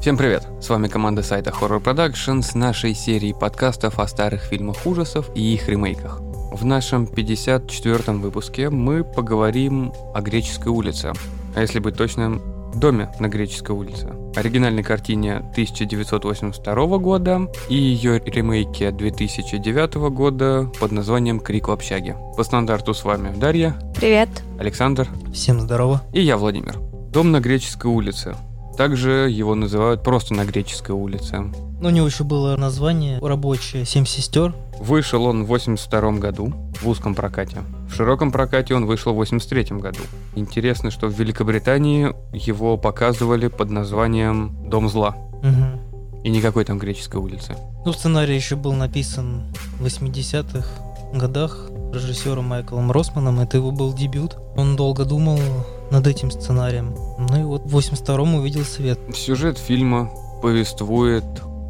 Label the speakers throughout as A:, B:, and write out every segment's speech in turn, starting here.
A: Всем привет! С вами команда сайта Horror Production с нашей серией подкастов о старых фильмах ужасов и их ремейках. В нашем 54-м выпуске мы поговорим о Греческой улице, а если быть точным, доме на Греческой улице, оригинальной картине 1982 года и ее ремейке 2009 года под названием «Крик в общаге». По стандарту с вами Дарья,
B: Привет.
A: Александр
C: Всем здорово.
A: и я, Владимир. Дом на Греческой улице. Также его называют просто на Греческой улице.
C: Ну, у него еще было название рабочее «Семь сестер».
A: Вышел он в 82 году в узком прокате. В широком прокате он вышел в 83 году. Интересно, что в Великобритании его показывали под названием «Дом зла».
C: Угу.
A: И никакой там греческой улицы.
C: Ну, сценарий еще был написан в 80-х годах режиссером Майклом Росманом. Это его был дебют. Он долго думал над этим сценарием. Ну и вот в 82-м увидел свет.
A: Сюжет фильма повествует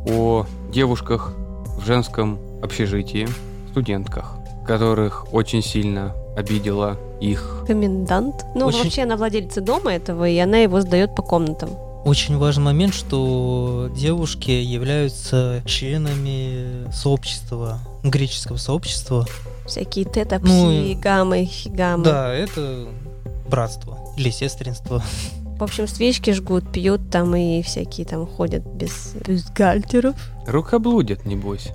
A: о девушках в женском общежитии, студентках, которых очень сильно обидела их
B: Комендант. Ну,
C: Очень-
B: вообще, она владелица дома этого, и она его сдает по комнатам.
C: Очень важен момент, что девушки являются членами сообщества, греческого сообщества.
B: Всякие тета, пси,
C: Ну и-
B: гаммы, хигамы.
C: Да, это братство или сестринство.
B: В общем, свечки жгут, пьют там и всякие там ходят без бюстгальтеров.
A: Рукоблудят, небось.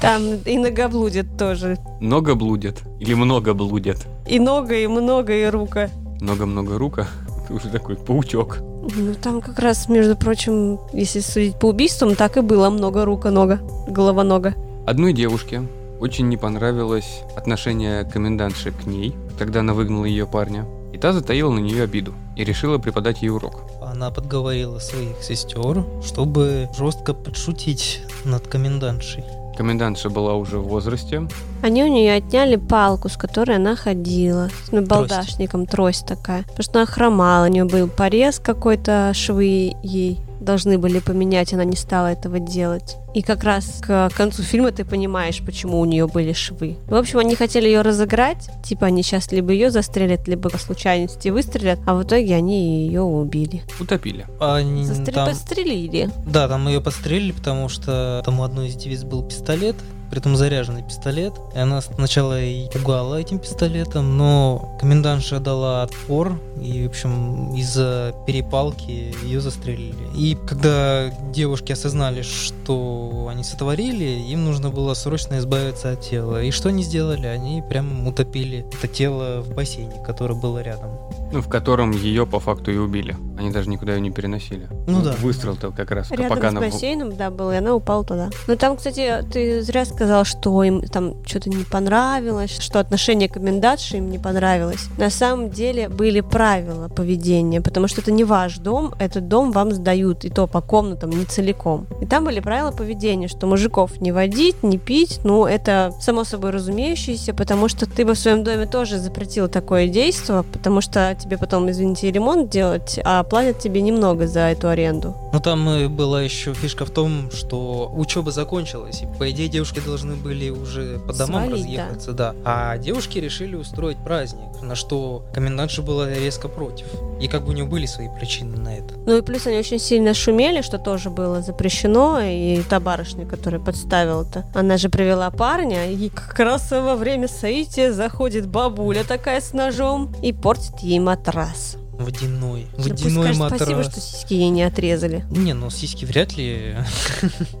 B: Там и многоблудят тоже.
A: Много блудят. Или много блудят.
B: И нога, и много, и рука.
A: Много-много рука. Ты уже такой паучок.
B: Ну, там как раз, между прочим, если судить по убийствам, так и было много рука, нога, голова, нога.
A: Одной девушке очень не понравилось отношение комендантши к ней. Тогда она выгнала ее парня. И та затаила на нее обиду. И решила преподать ей урок.
C: Она подговорила своих сестер, чтобы жестко подшутить над комендантшей.
A: Комендантша была уже в возрасте.
B: Они у нее отняли палку, с которой она ходила. С набалдашником, трость такая. Потому что она хромала, у нее был порез какой-то, швы ей должны были поменять, она не стала этого делать. И как раз к концу фильма ты понимаешь, почему у нее были швы. В общем, они хотели ее разыграть, типа они сейчас либо ее застрелят, либо по случайности выстрелят, а в итоге они ее убили.
A: Утопили.
C: Они
B: Застр-
C: там,
B: Пострелили.
C: да, там ее подстрелили, потому что там у одной из девиц был пистолет, притом заряженный пистолет. И она сначала и пугала этим пистолетом, но комендантша дала отпор, и, в общем, из-за перепалки ее застрелили. И когда девушки осознали, что они сотворили, им нужно было срочно избавиться от тела. И что они сделали? Они прям утопили это тело в бассейне, который был рядом.
A: Ну, в котором ее по факту и убили. Они даже никуда ее не переносили.
C: Ну да.
A: Выстрел-то как раз
B: Рядом
A: пока
B: с
A: она в-
B: бассейном, да, был, и она упала туда. Но там, кстати, ты зря сказал, что им там что-то не понравилось, что отношение комендантши им не понравилось. На самом деле были правила поведения, потому что это не ваш дом, этот дом вам сдают, и то по комнатам, не целиком. И там были правила поведения, что мужиков не водить, не пить, ну, это само собой разумеющееся, потому что ты бы в своем доме тоже запретил такое действие, потому что тебе потом, извините, и ремонт делать, а платят тебе немного за эту аренду.
C: Но там э, была еще фишка в том, что учеба закончилась, и по идее девушки должны были уже по домам
B: Свалить, да.
C: разъехаться, да. А девушки решили устроить праздник, на что комендантша была резко против. И как бы у нее были свои причины на это.
B: Ну и плюс они очень сильно шумели, что тоже было запрещено. И та барышня, которая подставила-то, она же привела парня, и как раз во время соития заходит бабуля такая с ножом и портит ей матрас.
C: Водяной.
B: Ну, пусть
C: Водяной
B: скажет
C: матрас.
B: спасибо, что сиськи ей не отрезали.
C: Не, ну сиськи вряд ли.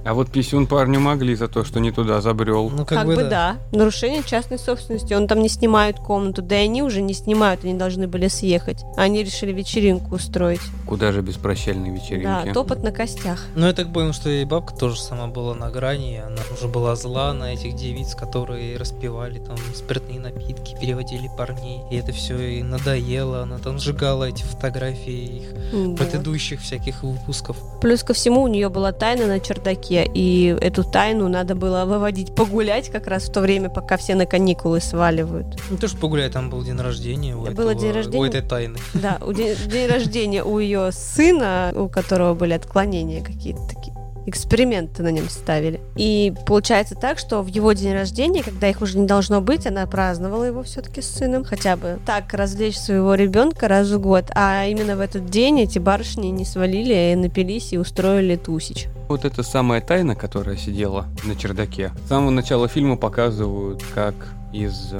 A: А вот писюн парню могли за то, что не туда забрел.
C: Ну
B: Как,
C: как, бы, да.
B: Нарушение частной собственности. Он там не снимает комнату. Да и они уже не снимают, они должны были съехать. Они решили вечеринку устроить.
A: Куда же без прощальной вечеринки?
B: Да, топот на костях.
C: Но Ну, я так понял, что и бабка тоже сама была на грани, и она уже была зла на этих девиц, которые распивали там спиртные напитки, переводили парней. И это все и надоело, она там сжигала эти фотографии их
B: М, да.
C: предыдущих всяких выпусков.
B: Плюс ко всему у нее была тайна на чердаке, и эту тайну надо было выводить погулять как раз в то время, пока все на каникулы сваливают.
C: Не Ну, то, что погуляй, там был день рождения у,
B: Было
C: этого-
B: день рождения.
C: у этой тайны.
B: Да, у день, день рождения у ее сына, у которого были отклонения какие-то такие эксперименты на нем ставили. И получается так, что в его день рождения, когда их уже не должно быть, она праздновала его все-таки с сыном, хотя бы так развлечь своего ребенка раз в год. А именно в этот день эти барышни не свалили, и напились и устроили тусич.
A: Вот эта самая тайна, которая сидела на чердаке. С самого начала фильма показывают, как из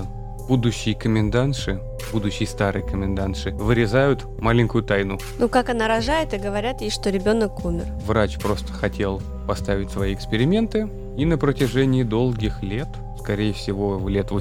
A: будущей комендантши, будущей старой комендантши, вырезают маленькую тайну.
B: Ну, как она рожает, и говорят ей, что ребенок умер.
A: Врач просто хотел поставить свои эксперименты, и на протяжении долгих лет, скорее всего, лет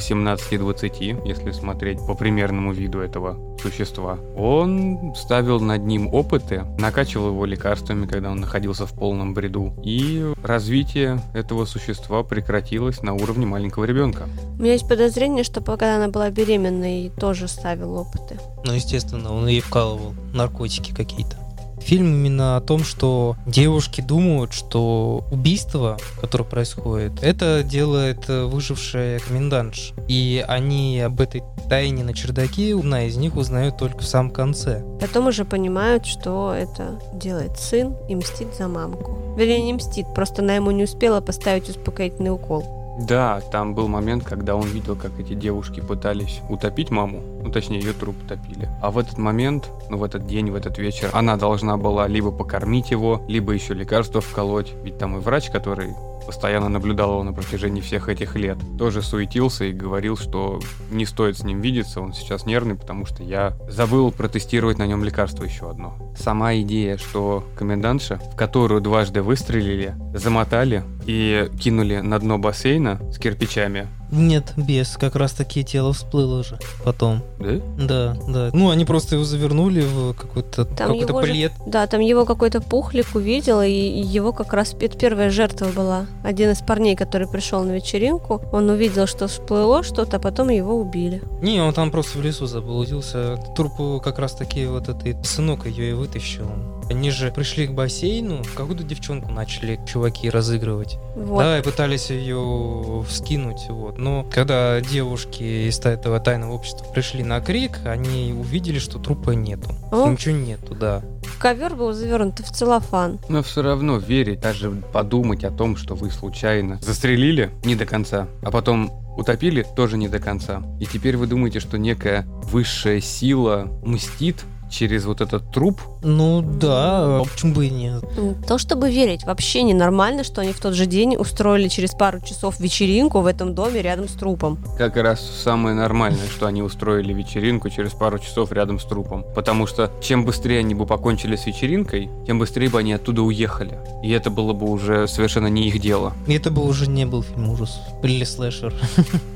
A: 18-20, если смотреть по примерному виду этого существа, он ставил над ним опыты, накачивал его лекарствами, когда он находился в полном бреду, и развитие этого существа прекратилось на уровне маленького ребенка.
B: У меня есть подозрение, что пока она была беременной, тоже ставил опыты.
C: Ну, естественно, он ей вкалывал наркотики какие-то. Фильм именно о том, что девушки думают, что убийство, которое происходит, это делает э, выжившая комендантша. И они об этой тайне на чердаке, одна из них узнает только в самом конце.
B: Потом уже понимают, что это делает сын и мстит за мамку. Вернее, не мстит, просто она ему не успела поставить успокоительный укол.
A: Да, там был момент, когда он видел, как эти девушки пытались утопить маму, ну точнее ее труп топили. А в этот момент, ну в этот день, в этот вечер, она должна была либо покормить его, либо еще лекарство вколоть, ведь там и врач, который постоянно наблюдал его на протяжении всех этих лет, тоже суетился и говорил, что не стоит с ним видеться, он сейчас нервный, потому что я забыл протестировать на нем лекарство еще одно. Сама идея, что комендантша, в которую дважды выстрелили, замотали и кинули на дно бассейна с кирпичами,
C: Нет, без, как раз таки тело всплыло уже потом.
A: да?
C: Да, да. Ну, они просто его завернули в какой-то
B: Там
C: какой-то
B: его же-
C: плед.
B: Да, там его какой-то пухлик увидел, и его как раз это первая жертва была. Один из парней, который пришел на вечеринку, он увидел, что всплыло что-то, а потом его убили.
C: Не, он там просто в лесу заблудился. Трупу как раз таки вот этой сынок ее и вытащил. Они же пришли к бассейну, какую-то девчонку начали чуваки разыгрывать.
B: Вот.
C: Да, и пытались ее вскинуть, вот. Но когда девушки из та- этого тайного общества пришли на крик, они увидели, что трупа нету.
B: О.
C: Ничего нету, да.
B: Ковер был завернут в целлофан.
A: Но все равно верить, даже подумать о том, что вы случайно застрелили не до конца, а потом утопили тоже не до конца. И теперь вы думаете, что некая высшая сила мстит через вот этот труп?
C: Ну да, а почему бы и нет?
B: М, То, чтобы верить, вообще ненормально, что они в тот же день устроили через пару часов вечеринку в этом доме рядом с трупом.
A: Как раз самое нормальное, что они устроили вечеринку через пару часов рядом с трупом. Потому что чем быстрее они бы покончили с вечеринкой, тем быстрее бы они оттуда уехали. И это было бы уже совершенно не их дело.
C: И Это бы уже не был фильм ужас или слэшер.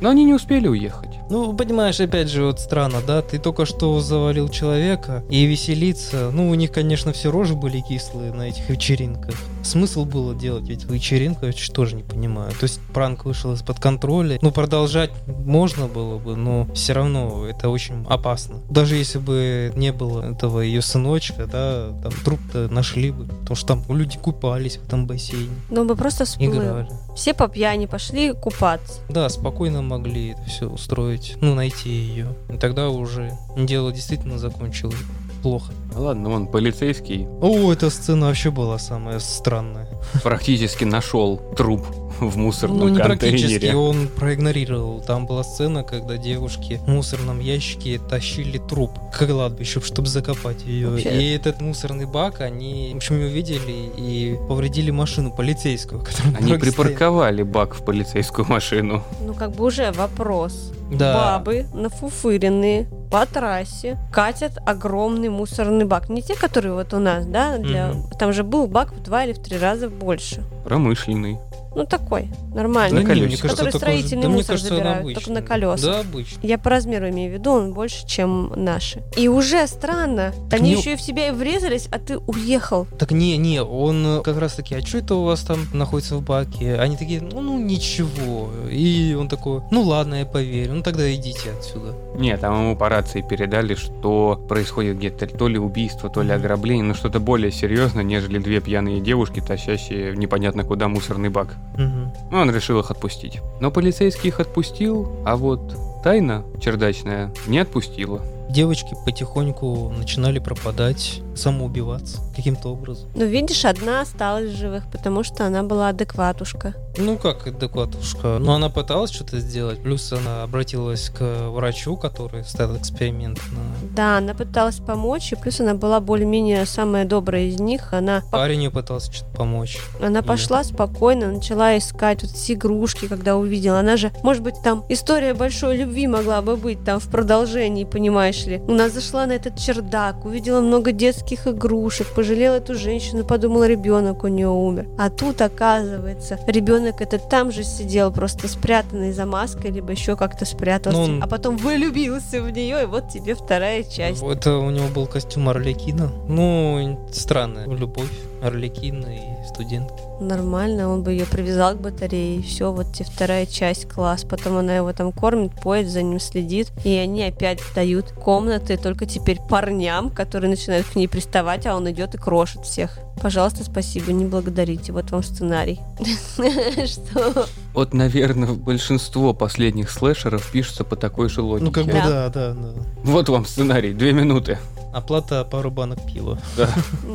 A: Но они не успели уехать.
C: Ну, понимаешь, опять же, вот странно, да? Ты только что завалил человека и веселиться. Ну, у них, конечно, все рожи были кислые на этих вечеринках. Смысл было делать ведь вечеринку, я чуть тоже не понимаю. То есть пранк вышел из-под контроля. Ну, продолжать можно было бы, но все равно это очень опасно. Даже если бы не было этого ее сыночка, да, там труп-то нашли бы. Потому что там люди купались в этом бассейне,
B: Но бы Ну, просто всплыл.
C: играли.
B: Все по пьяни пошли купаться.
C: Да, спокойно могли это все устроить, ну, найти ее. И тогда уже дело действительно закончилось плохо.
A: Ну Ладно, он полицейский,
C: О, эта сцена вообще была самая странная.
A: практически нашел труп в мусорном
C: ну, не практически,
A: контейнере.
C: он проигнорировал. Там была сцена, когда девушки в мусорном ящике тащили труп к кладбищу, чтобы закопать ее.
B: Вообще.
C: И этот мусорный бак они, в общем, не увидели и повредили машину полицейского, которая на
A: Они
C: дороге стояла.
A: припарковали бак в полицейскую машину.
B: Ну, как бы уже вопрос.
C: Да.
B: Бабы нафуфыренные по трассе катят огромный мусорный бак. Не те, которые вот у нас, да, для...
C: Мгм.
B: там же был бак в два или в три раза больше.
A: Промышленный.
B: Ну, такой,
C: Да
B: нормальный.
A: На
C: не,
A: колесиках.
B: Который
C: такой же-
B: строительный
C: да мне
B: мусор
C: кажется, он
B: забирают, только на
C: обычный.
B: колесах.
C: Да, обычный.
B: Я по размеру имею в виду, он больше, чем наши. И уже странно.
C: Так
B: Они
C: не-
B: еще и в себя и врезались, а ты уехал.
C: Так не, не, он э, как раз таки, а что это у вас там находится в баке? Они такие, ну, ну ничего. И он такой, ну ладно, я поверю, ну тогда идите отсюда.
A: Нет, там ему по рации передали, что происходит где-то то ли убийство, то ли
C: Мгм.
A: ограбление, но что-то более серьезное, нежели две пьяные девушки, тащащие в непонятно куда мусорный бак.
C: Мгм.
A: Ну, он решил их отпустить. Но полицейский их отпустил, а вот тайна чердачная не отпустила.
C: девочки потихоньку начинали пропадать, самоубиваться каким-то образом.
B: Ну, видишь, одна осталась в живых, потому что она была адекватушка.
C: Ну как адекватушка? Ну она пыталась что-то сделать, плюс она обратилась к врачу, который ставил эксперимент на...
B: Да, она пыталась помочь, и плюс она была более-менее самая добрая из них. Она, по-
C: Парень ей пытался что-то помочь.
B: она
C: И-
B: пошла спокойно, начала искать вот эти игрушки, когда увидела. Она же, может быть, там история большой любви могла бы быть там в продолжении, понимаешь ли. Она зашла на этот чердак, увидела много детских игрушек, пожалела эту женщину, подумала, ребенок у нее умер. А тут, оказывается, ребенок этот там же сидел, просто спрятанный за маской, либо еще как-то спрятался.
C: Ну, он-
B: А потом влюбился в нее, и вот тебе вторая часть.
C: Это э, у него был костюм Орликина. Ну, странная любовь Орликина и студентки.
B: Нормально, он бы ее привязал к батарее, и все, вот тебе вторая часть класс. Потом она его там кормит, поет, за ним следит. И они опять дают комнаты только теперь парням, которые начинают к ней приставать, а он идет и крошит всех. Пожалуйста, спасибо, не благодарите. Вот вам сценарий. Что?
A: Вот, наверное, большинство последних слэшеров пишется по такой же логике.
C: Ну, как бы
B: Да.
C: да, да, да.
A: Вот вам сценарий, две минуты.
C: Оплата пару банок пива.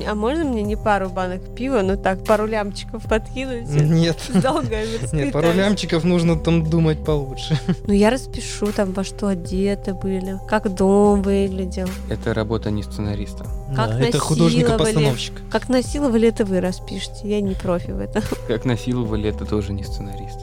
B: А можно мне не пару банок пива, ну так, пару лямчиков подкинуть?
C: Нет.
B: Долго
C: Нет, пару лямчиков нужно там думать получше.
B: Ну я распишу там, во что одеты были, как дом выглядел.
A: Это работа не сценариста.
B: Как
C: Да, это художник-постановщик.
B: Как насиловали, это вы распишете. Я не профи в этом.
A: Как насиловали, это тоже не сценарист.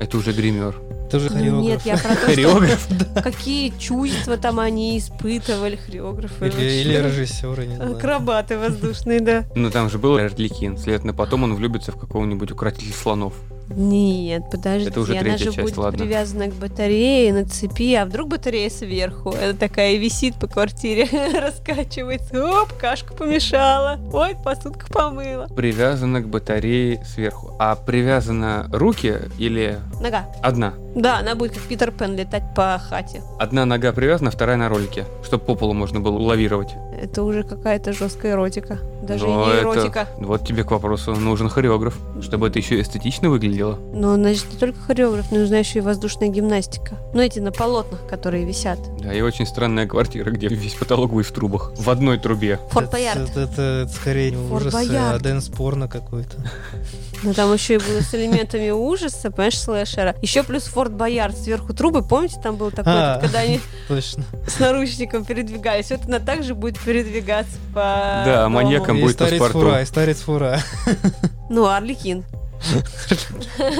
A: Это уже гример.
C: Тоже
B: Ну, Нет,
C: хореограф.
B: я про то, что
A: Хореограф?
B: какие чувства там они испытывали, хореографы.
C: Или,
B: вообще.
C: или режиссеры, не знаю.
B: Акробаты воздушные, да.
A: Ну, там же был Эрдликин. Следовательно, потом он влюбится в какого-нибудь укротителя слонов.
B: Нет, подожди,
A: Это уже
B: она
A: третья
B: же
A: часть,
B: будет
A: ладно.
B: привязана к батарее на цепи, а вдруг батарея сверху? Она такая висит по квартире, раскачивается, оп, кашку помешала, ой, посудку помыла.
A: Привязана к батарее сверху. А привязана руки или
B: Нога.
A: одна?
B: Да, она будет как Питер Пен летать по хате.
A: Одна нога привязана, вторая на ролике, чтобы по полу можно было лавировать.
B: Это уже какая-то жесткая эротика. Даже и
A: Но
B: не
A: это-
B: эротика.
A: Вот тебе к вопросу, нужен хореограф, чтобы это еще эстетично выглядело.
B: Но, значит, не только хореограф, нужна еще и воздушная гимнастика. Ну, эти на полотнах, которые висят.
A: Да, и очень странная квартира, где весь потолок будет в трубах. В одной трубе.
B: Форт
C: Это-
B: Боярд.
C: Это, это- это скорее не
B: Форт
C: ужас, а
B: Боярд.
C: дэнс-порно какой-то.
B: Но там еще и было с элементами ужаса, понимаешь, слэшера. Еще плюс Форт Боярд сверху трубы. Помните, там был такой,
C: А.
B: этот, когда они
C: Точно.
B: с наручником передвигались. Вот она также будет передвигаться по
A: Да,
B: дому.
A: маньяком. Там
C: и
A: будет
C: старец
A: паспорту.
C: фура, и старец фура.
B: Ну, Орликин.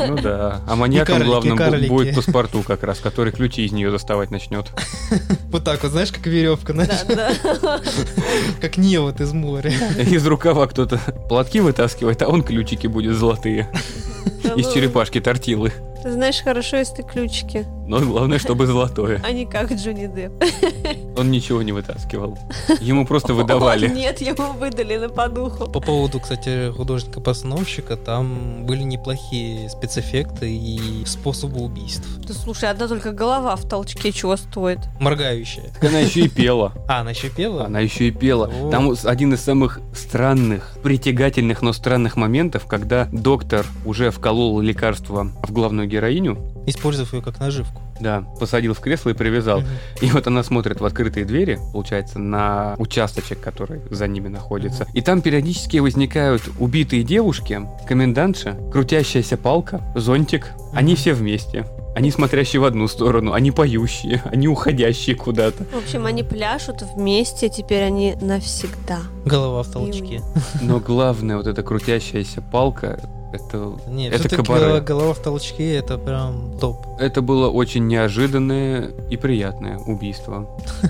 A: Ну да. А маньяком
C: карлики,
A: главным бу-
C: карлики.
A: будет паспорту как раз, который ключи из нее доставать начнет.
C: Вот так вот, знаешь, как веревка,
B: Да,
C: знаешь,
B: да.
C: как невод из моря.
A: Из рукава кто-то платки вытаскивает, а он ключики будет золотые. Из
B: Ну,
A: черепашки тортилы.
B: Ты знаешь хорошо, если ты ключики,
A: Но главное, чтобы золотое.
B: а не как Джонни Депп.
A: Он ничего не вытаскивал. Ему просто выдавали.
B: Нет, ему выдали на подуху.
C: По поводу, кстати, художника-постановщика, там были неплохие спецэффекты и способы убийств.
B: Да слушай, одна только голова в толчке чего стоит.
C: Моргающие.
A: Так Она еще и пела.
C: А, она еще пела?
A: Она еще и пела.
C: О.
A: Там с- один из самых странных, притягательных, но странных моментов, когда доктор уже вколол лекарство в главную героиню,
C: Использовав ее как наживку.
A: да, посадил в кресло и привязал.
C: Мгм.
A: И вот она смотрит в открытые двери, получается, на участочек, который за ними находится. И там периодически возникают убитые девушки, комендантша, крутящаяся палка, зонтик. Они
C: Мгм.
A: все вместе. Они смотрящие в одну сторону, они поющие, они уходящие куда-то.
B: В общем, они пляшут вместе, теперь они навсегда.
C: Голова в толчке.
A: Но главное, вот эта крутящаяся палка, это,
C: Нет,
A: Это
C: всё-таки
A: кабаре.
C: голова, голова в толчке это прям топ.
A: это было очень неожиданное и приятное убийство.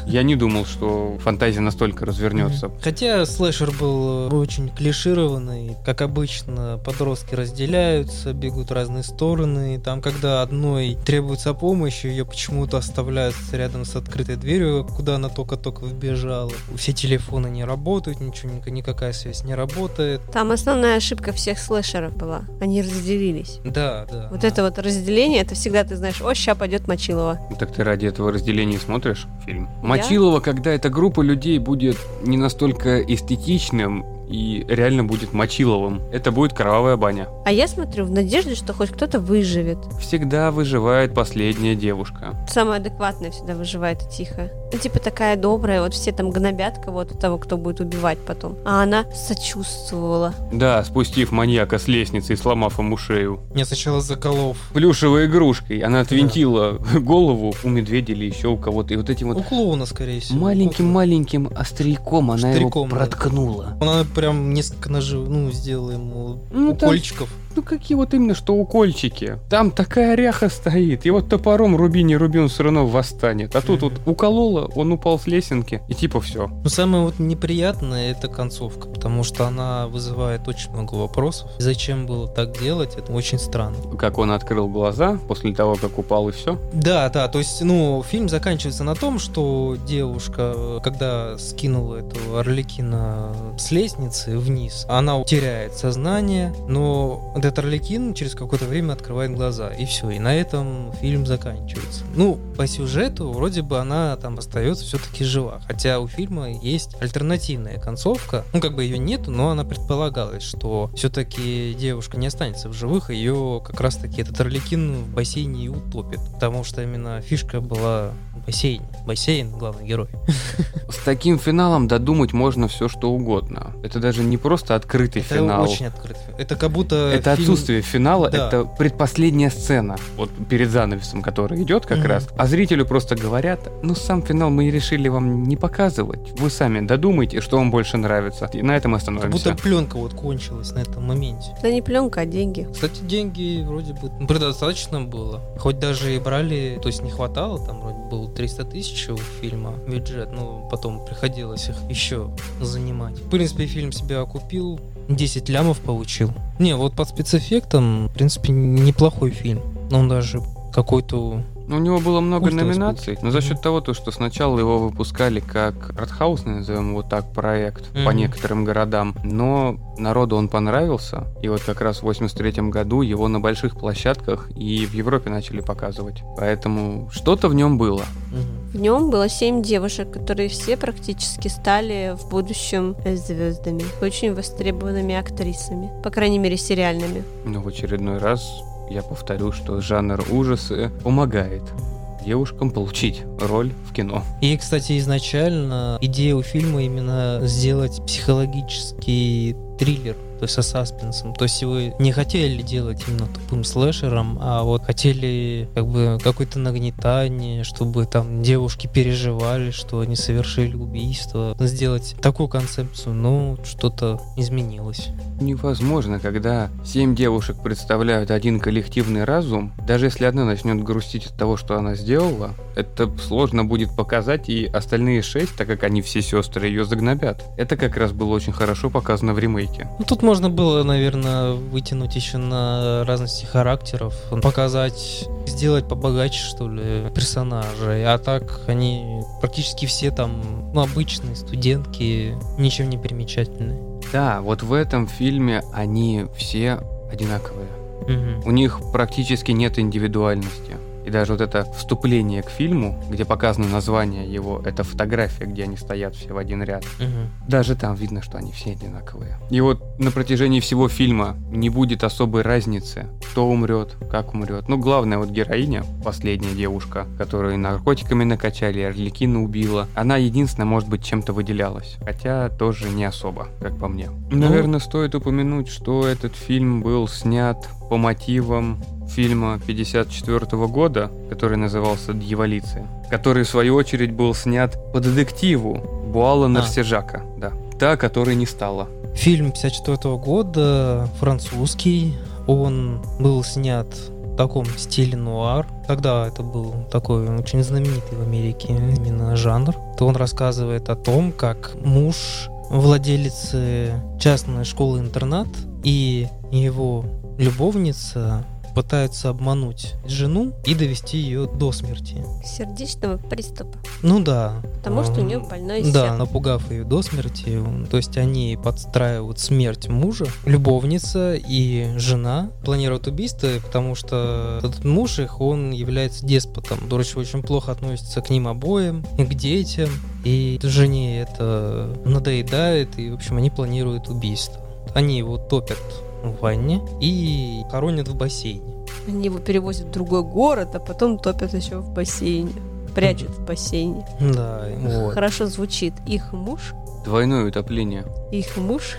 A: Я не думал, что фантазия настолько развернется.
C: Мгм. Хотя слэшер был очень клишированный, как обычно, подростки разделяются, бегут в разные стороны. и Там, когда одной требуется помощь, ее почему-то оставляют рядом с открытой дверью, куда она только-только вбежала. Все телефоны не работают, ничего, ни- никакая связь не работает.
B: Там основная ошибка всех слэшеров была. Они разделились.
C: Да, да.
B: Вот
C: да.
B: это вот разделение, это всегда ты знаешь, о, ща пойдет Мочилова.
A: Ну, Так ты ради этого разделения смотришь фильм? Мочилова, когда эта группа людей будет не настолько эстетичным и реально будет мочиловым. Это будет кровавая баня.
B: А я смотрю в надежде, что хоть кто-то выживет.
A: Всегда выживает последняя девушка.
B: Самая адекватная всегда выживает и тихо. Ну, Типа такая добрая, вот все там гнобят кого-то, того, кто будет убивать потом. А она сочувствовала.
A: Да, спустив маньяка с лестницы и сломав ему шею.
C: Я сначала заколов
A: Плюшевой игрушкой. Она отвинтила голову у медведя или еще у кого-то. И вот этим
C: У
A: вот
C: клоуна, скорее всего.
A: маленьким-маленьким острельком она
C: Штырьком,
A: его
C: да.
A: проткнула.
C: Она прям несколько ножей, ну, сделала ему
A: Ну, там-
C: укольчиков.
A: Ну какие вот именно что укольчики. Там такая ряха стоит. И вот топором руби не руби, он все равно восстанет. А тут вот
C: Мгм.
A: уколола, он упал с лесенки. И типа все.
C: Но самое вот неприятное это концовка, потому что она вызывает очень много вопросов. Зачем было так делать, это очень странно.
A: Как он открыл глаза после того, как упал и все.
C: Да, да, то есть, ну, фильм заканчивается на том, что девушка, э, когда скинула эту Орликина с лестницы вниз, она теряет сознание, но этот Орликин через какое-то время открывает глаза, и все, и на этом фильм заканчивается. Ну, по сюжету вроде бы она там остается все-таки жива, хотя у фильма есть альтернативная концовка, ну, как бы ее нету, но она предполагалась, что все-таки девушка не останется в живых, ее как раз-таки этот Орликин в бассейне и утопит, потому что именно фишка была в бассейне. Бассейн — главный герой.
A: С таким финалом додумать можно все что угодно. Это даже не просто открытый
C: Это
A: финал.
C: очень открыт. Это как будто...
A: Это
C: фильм-
A: отсутствие финала,
C: Да.
A: это предпоследняя сцена, вот перед занавесом, который идет как
C: Мгм.
A: раз. А зрителю просто говорят, ну сам финал мы и решили вам не показывать. Вы сами додумайте, что вам больше нравится. И на этом
C: Как
A: остановимся.
C: будто пленка вот кончилась на этом моменте.
B: Это не пленка, а деньги.
C: Кстати, деньги вроде бы ну, предостаточно было. Хоть даже и брали, то есть не хватало, там вроде было 300 тысяч у фильма бюджет, но потом приходилось их еще занимать. В принципе, фильм себя окупил, 10 лямов получил. Не, вот под спецэффектом, в принципе, неплохой фильм. Он даже какой-то...
A: Ну, У него было много
C: Культовый
A: номинаций, но за
C: Мгм.
A: счет того, то, что сначала его выпускали как артхаусный, назовем его так, проект по
C: Мгм.
A: некоторым городам, но народу он понравился, и вот как раз в 83 году его на больших площадках и в Европе начали показывать. Поэтому что-то в нем было.
C: мгм.
B: В нем было семь девушек, которые все практически стали в будущем звездами, очень востребованными актрисами, по крайней мере сериальными.
A: Но в очередной раз я повторю, что жанр ужасы помогает девушкам получить роль в кино.
C: И, кстати, изначально идея у фильма именно сделать психологический триллер, то есть со саспенсом. То есть вы не хотели делать именно тупым слэшером, а вот хотели как бы какое-то нагнетание, чтобы там девушки переживали, что они совершили убийство. Сделать такую концепцию, ну, что-то изменилось.
A: Невозможно, когда семь девушек представляют один коллективный разум, даже если одна начнет грустить от того, что она сделала, это сложно будет показать, и остальные шесть, так как они все сестры, ее загнобят. Это как раз было очень хорошо показано в ремейке.
C: Ну, тут можно было, наверное, вытянуть еще на разности характеров, показать, сделать побогаче, что ли, персонажей. А так они практически все там, ну, обычные студентки, ничем не примечательные.
A: Да, вот в этом фильме они все одинаковые. У них практически нет индивидуальности. И даже вот это вступление к фильму, где показано название его, это фотография, где они стоят все в один ряд. Даже там видно, что они все одинаковые. И вот на протяжении всего фильма не будет особой разницы, кто умрет, как умрет. Ну, главное, вот героиня, последняя девушка, которую наркотиками накачали, Орликина убила, она единственная, может быть, чем-то выделялась. Хотя тоже не особо, как по мне. Наверное, стоит упомянуть, что этот фильм был снят по мотивам фильма 54 года, который назывался «Дьяволицы», который, в свою очередь, был снят по детективу Буала
C: А.
A: Нарсижака, да. Та, которой не стало.
C: Фильм 54 года, французский. Он был снят в таком стиле нуар. Тогда это был такой очень знаменитый в Америке именно жанр. То он рассказывает о том, как муж владелицы частной школы-интернат и его любовница пытаются обмануть жену и довести ее до смерти.
B: Сердечного приступа.
C: Ну да.
B: Потому что у нее
C: Эм,
B: больное сердце.
C: Да, напугав ее до смерти, м, то есть они подстраивают смерть мужа, любовница и жена планируют убийство, потому что этот муж их, он является деспотом, дурочь очень плохо относится к ним обоим, и к детям, и жене это надоедает, и, в общем, они планируют убийство. Они его топят в ванне и хоронят в бассейне.
B: Они его перевозят в другой город, а потом топят еще в бассейне. Прячут в бассейне.
C: Да, вот.
B: Хорошо звучит. Их муж,
A: Двойное утопление.
B: их муж.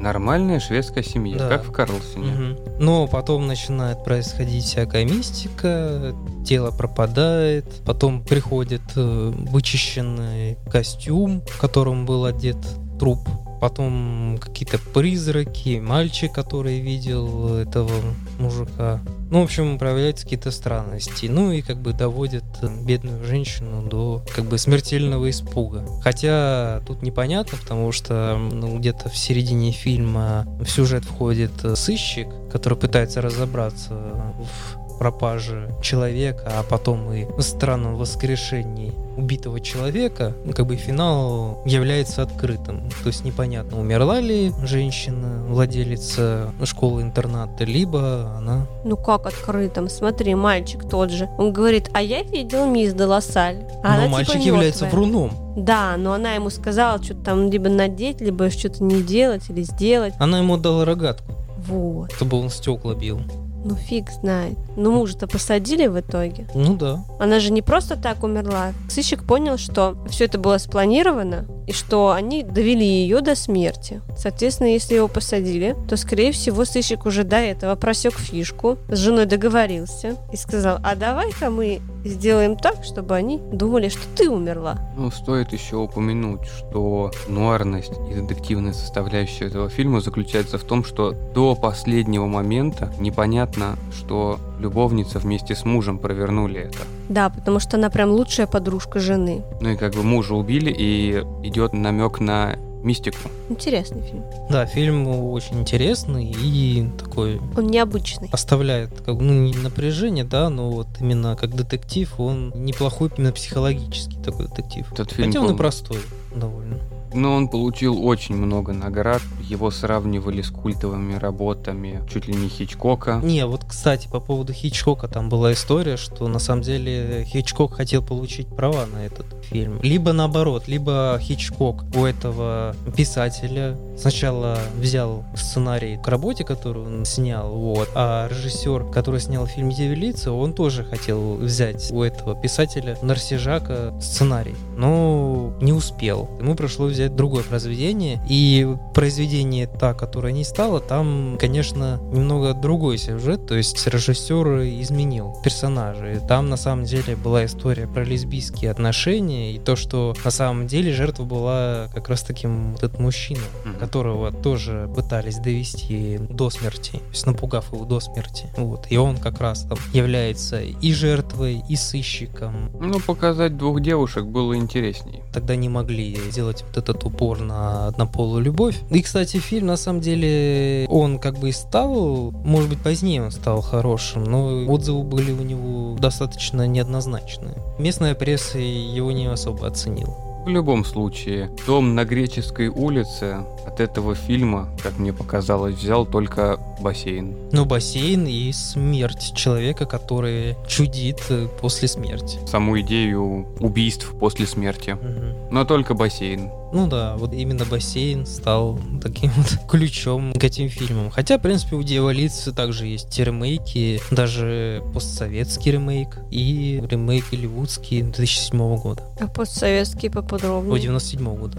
A: Нормальная шведская семья,
C: Да.
A: как в Карлсоне.
C: Мгм. Но потом начинает происходить всякая мистика, тело пропадает, потом приходит э, вычищенный костюм, в котором был одет труп, потом какие-то призраки, мальчик, который видел этого мужика. Ну, в общем, проявляются какие-то странности. Ну и как бы доводят э, бедную женщину до как бы смертельного испуга. Хотя тут непонятно, потому что ну, где-то в середине фильма в сюжет входит э, сыщик, который пытается разобраться в пропаже человека, а потом и в странном воскрешении убитого человека, ну, как бы финал является открытым. То есть непонятно, умерла ли женщина, владелица школы-интерната, либо она
B: Ну как открытым? Смотри, мальчик тот же. Он говорит, а я видел мисс де Лассаль. А она типа
C: но Ну, мальчик
B: мертвая».
C: является вруном.
B: Да, но она ему сказала что-то там либо надеть, либо что-то не делать или сделать.
C: Она ему отдала рогатку,
B: Вот.
C: чтобы он стекла бил.
B: Ну фиг знает. Ну мужа-то посадили в итоге.
C: Ну да.
B: Она же не просто так умерла. Сыщик понял, что все это было спланировано, и что они довели ее до смерти. Соответственно, если его посадили, то, скорее всего, сыщик уже до этого просек фишку, с женой договорился и сказал, а давай-ка мы сделаем так, чтобы они думали, что ты умерла.
A: Ну, стоит еще упомянуть, что нуарность и детективная составляющая этого фильма заключается в том, что до последнего момента непонятно, что любовница вместе с мужем провернули это.
B: Да, потому что она прям лучшая подружка жены.
A: Ну и как бы мужа убили, и идет намек на мистику.
B: Интересный фильм.
C: Да, фильм очень интересный и такой
B: Он необычный.
C: оставляет как бы, ну, не напряжение, да, но вот именно как детектив он неплохой именно психологический такой детектив.
A: Этот фильм,
C: Хотя он и
A: по-моему,
C: простой довольно.
A: Но он получил очень много наград. Его сравнивали с культовыми работами чуть ли не Хичкока.
C: Не, вот, кстати, по поводу Хичкока там была история, что на самом деле Хичкок хотел получить права на этот фильм. Либо наоборот, либо Хичкок у этого писателя сначала взял сценарий к работе, которую он снял, вот, а режиссер, который снял фильм «Девелица», он тоже хотел взять у этого писателя Нарсижака сценарий, но не успел. Ему пришлось взять другое произведение, и произведение та, которое не стало, там, конечно, немного другой сюжет, то есть режиссер изменил персонажей. Там, на самом деле, была история про лесбийские отношения, и то, что на самом деле жертва была как раз таким вот этот мужчина,
A: Мгм.
C: которого тоже пытались довести до смерти, то есть напугав его до смерти. Вот. И он как раз там является и жертвой, и сыщиком.
A: Ну, показать двух девушек было интересней.
C: Тогда не могли сделать вот этот упор на однополую любовь. И, кстати, фильм, на самом деле, он как бы и стал, может быть, позднее он стал хорошим, но отзывы были у него достаточно неоднозначные. Местная пресса его не особо оценила.
A: В любом случае, дом на Греческой улице от этого фильма, как мне показалось, взял только бассейн.
C: Но бассейн и смерть человека, который чудит э, после смерти.
A: Саму идею убийств после смерти.
C: Мгм.
A: Но только бассейн.
C: Ну да, вот именно бассейн стал таким вот ключом к этим фильмам. Хотя, в принципе, у Дьяволицы также есть ремейки, даже постсоветский ремейк и ремейк голливудский 2007 года.
B: А постсоветский
C: О,
B: поподробнее.
C: 97 года.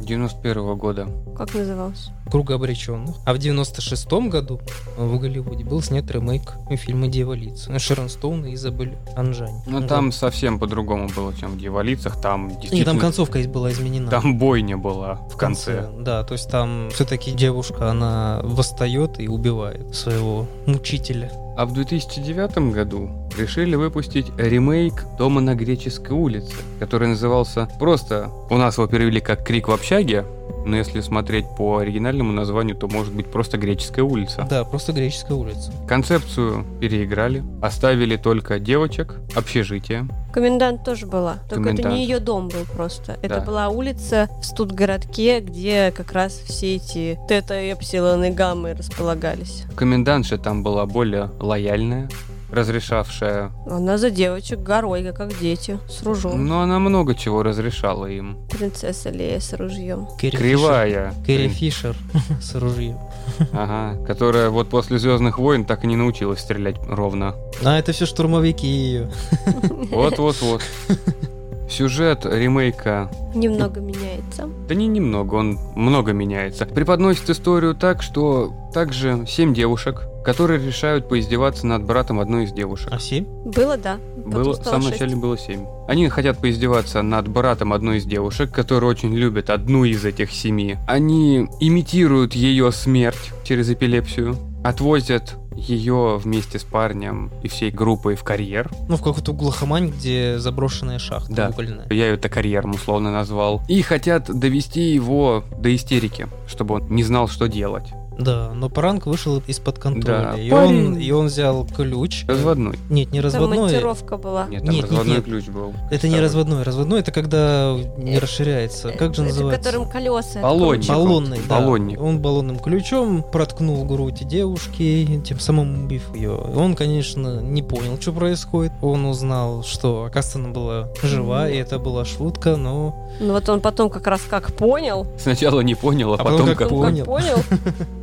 A: 91 года.
B: Как назывался?
C: Круга обреченных. А в 96 году в Голливуде был снят ремейк фильма Дьяволица. Шерон Стоун и Изабель Анжани.
A: Но
C: Вот.
A: Ну, там совсем по-другому было, чем в Дьяволицах. Там
C: И там
A: действительно...
C: концовка есть была изменена.
A: там бойня была в конце.
C: Да, то есть там все-таки девушка, она восстает и убивает своего мучителя.
A: А в 2009 году решили выпустить ремейк «Дома на Греческой улице», который назывался просто... У нас его перевели как «Крик в общаге», Но если смотреть по оригинальному названию, то может быть просто греческая улица.
C: Да, просто греческая улица.
A: Концепцию переиграли, оставили только девочек, общежитие.
B: Комендант тоже была. Только это
A: Комендант.
B: не ее дом был просто. Это
A: Да.
B: была улица в студгородке, где как раз все эти тета, эпсилон и гаммы располагались.
A: Комендантша там была более лояльная, разрешавшая.
B: Она за девочек горой, как дети, с ружом.
A: Но она много чего разрешала им.
B: Принцесса Лея с ружьем.
C: Кэрри
A: Кривая.
C: Фишер. Кэрри Фишер с ружьем.
A: Ага, которая вот после Звездных войн так и не научилась стрелять ровно.
C: А это все штурмовики ее.
A: Вот-вот-вот. Сюжет ремейка
B: Немного меняется.
A: Да не немного, он много меняется. Преподносит историю так, что также семь девушек, которые решают поиздеваться над братом одной из девушек.
C: А семь?
B: Было, да. Потом
A: Было, в
B: стало
A: самом
B: шесть.
A: начале было семь. Они хотят поиздеваться над братом одной из девушек, которые очень любят одну из этих семи. Они имитируют ее смерть через эпилепсию, отвозят ее вместе с парнем и всей группой в карьер.
C: Ну, в какую-то глухомань, где заброшенная шахта
A: Да.
C: угольная.
A: Я ее это карьером условно назвал. И хотят довести его до истерики, чтобы он не знал, что делать.
C: Да, но Паранг вышел из-под контроля.
A: Да.
C: И,
B: Парень.
C: он, и он взял ключ.
A: Разводной.
C: Нет, не
B: Там
C: разводной.
B: монтировка была.
A: Нет, там
C: А, Нет, нет,
A: разводной
C: нет.
A: ключ был.
C: Это не
A: Второй.
C: разводной. Разводной это когда не расширяется. Как же
B: Это
C: называется?
B: которым колеса.
A: Баллончик.
B: откручивают.
C: Баллонный, да.
A: Баллонник.
C: Он баллонным ключом проткнул грудь девушки, тем самым убив ее. Он, конечно, не понял, что происходит. Он узнал, что оказывается она была жива, и это была шутка, но...
B: Ну вот он потом как раз как понял.
A: Сначала не понял, а,
C: А
A: потом,
C: потом
A: как...
B: потом
C: понял.
B: Как понял.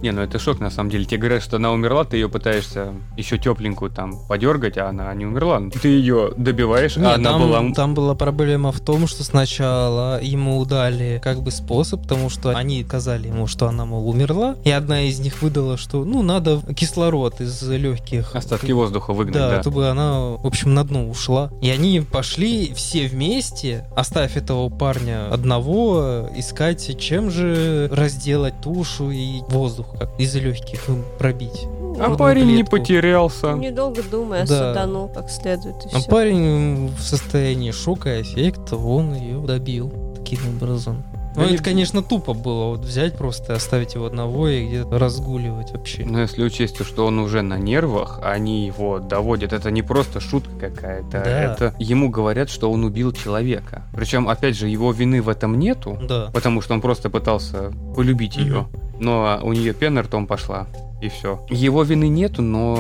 A: Не, ну это шок на самом деле. Тебе говорят, что она умерла, ты ее пытаешься еще тепленькую там подергать, а она не умерла. Ты ее добиваешь,
C: Не,
A: а она
C: там,
A: была... м-
C: там была проблема в том, что сначала ему дали как бы способ, потому что они сказали ему, что она, мол, умерла, и одна из них выдала, что, ну, надо кислород из легких...
A: Остатки воздуха выгнать,
C: Да,
A: да.
C: чтобы она, в общем, на дно ушла. И они пошли все вместе, оставив этого парня одного, искать, чем же разделать тушу и воздух, как из легких им пробить.
A: А
C: одну
A: парень не
C: клетку.
A: потерялся.
B: Ну, Недолго думая,
C: Да.
B: саданул как следует и
C: А
B: все.
C: парень в состоянии шока и эффекта, он ее добил таким образом.
A: Да
C: Ну,
A: не-
C: это, конечно, тупо было, вот взять просто, и оставить его одного и где-то разгуливать вообще.
A: Но Ну, если учесть, то, что он уже на нервах, они его доводят. Это не просто шутка какая-то.
C: Да.
A: Это ему говорят, что он убил человека. Причем, опять же, его вины в этом нету.
C: Да.
A: потому что он просто пытался полюбить ее.
C: Мгм.
A: Но у нее пена ртом пошла, и все. Его вины нету, но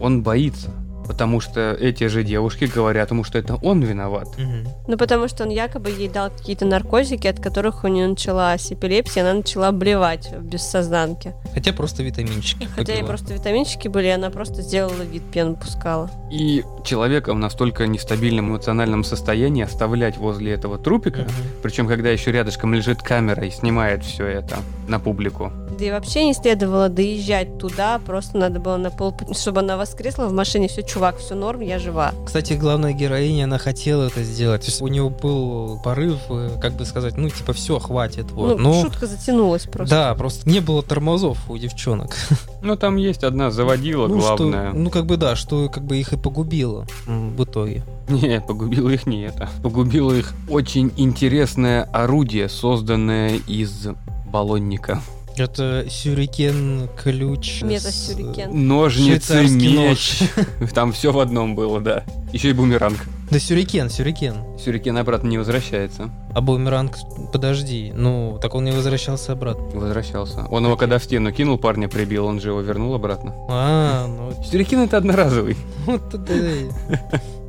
A: он боится. Потому что эти же девушки говорят ему, что это он виноват.
C: Мгм.
B: Ну, потому что он якобы ей дал какие-то наркотики, от которых у нее началась эпилепсия, она начала блевать в бессознанке.
C: Хотя просто витаминчики.
B: Хотя ей
C: попила.
B: просто витаминчики были, и она просто сделала вид, пену пускала.
A: И человека в настолько нестабильном эмоциональном состоянии оставлять возле этого трупика,
C: Мгм.
A: причем когда еще рядышком лежит камера и снимает все это на публику.
B: Да и вообще не следовало доезжать туда, просто надо было на полпути, чтобы она воскресла в машине, все, чувак, все норм, я жива.
C: Кстати, главная героиня, она хотела это сделать. То есть у нее был порыв, э, как бы сказать, ну, типа, все, хватит. Вот.
B: ну,
C: Но-
B: шутка затянулась просто.
C: Да, просто не было тормозов у девчонок.
A: Но там есть одна заводила
C: ну, что,
A: главная.
C: ну, как бы да, что как бы их и погубило м, в итоге.
A: Не, погубило их не это. Погубило их очень интересное орудие, созданное из баллонника.
C: Это сюрикен, ключ. с-
B: Мета-сюрикен.
A: Ножницы,
C: Швейцарский
A: меч. Там все в одном было, да. Еще и бумеранг.
C: Да, сюрикен, сюрикен.
A: Сюрикен обратно не возвращается.
C: А бумеранг, подожди, ну, так он не возвращался обратно.
A: Возвращался. Он его когда в стену кинул, парня прибил, он же его вернул обратно.
C: А, ну,
A: Сюрикен это одноразовый.
C: вот это... и-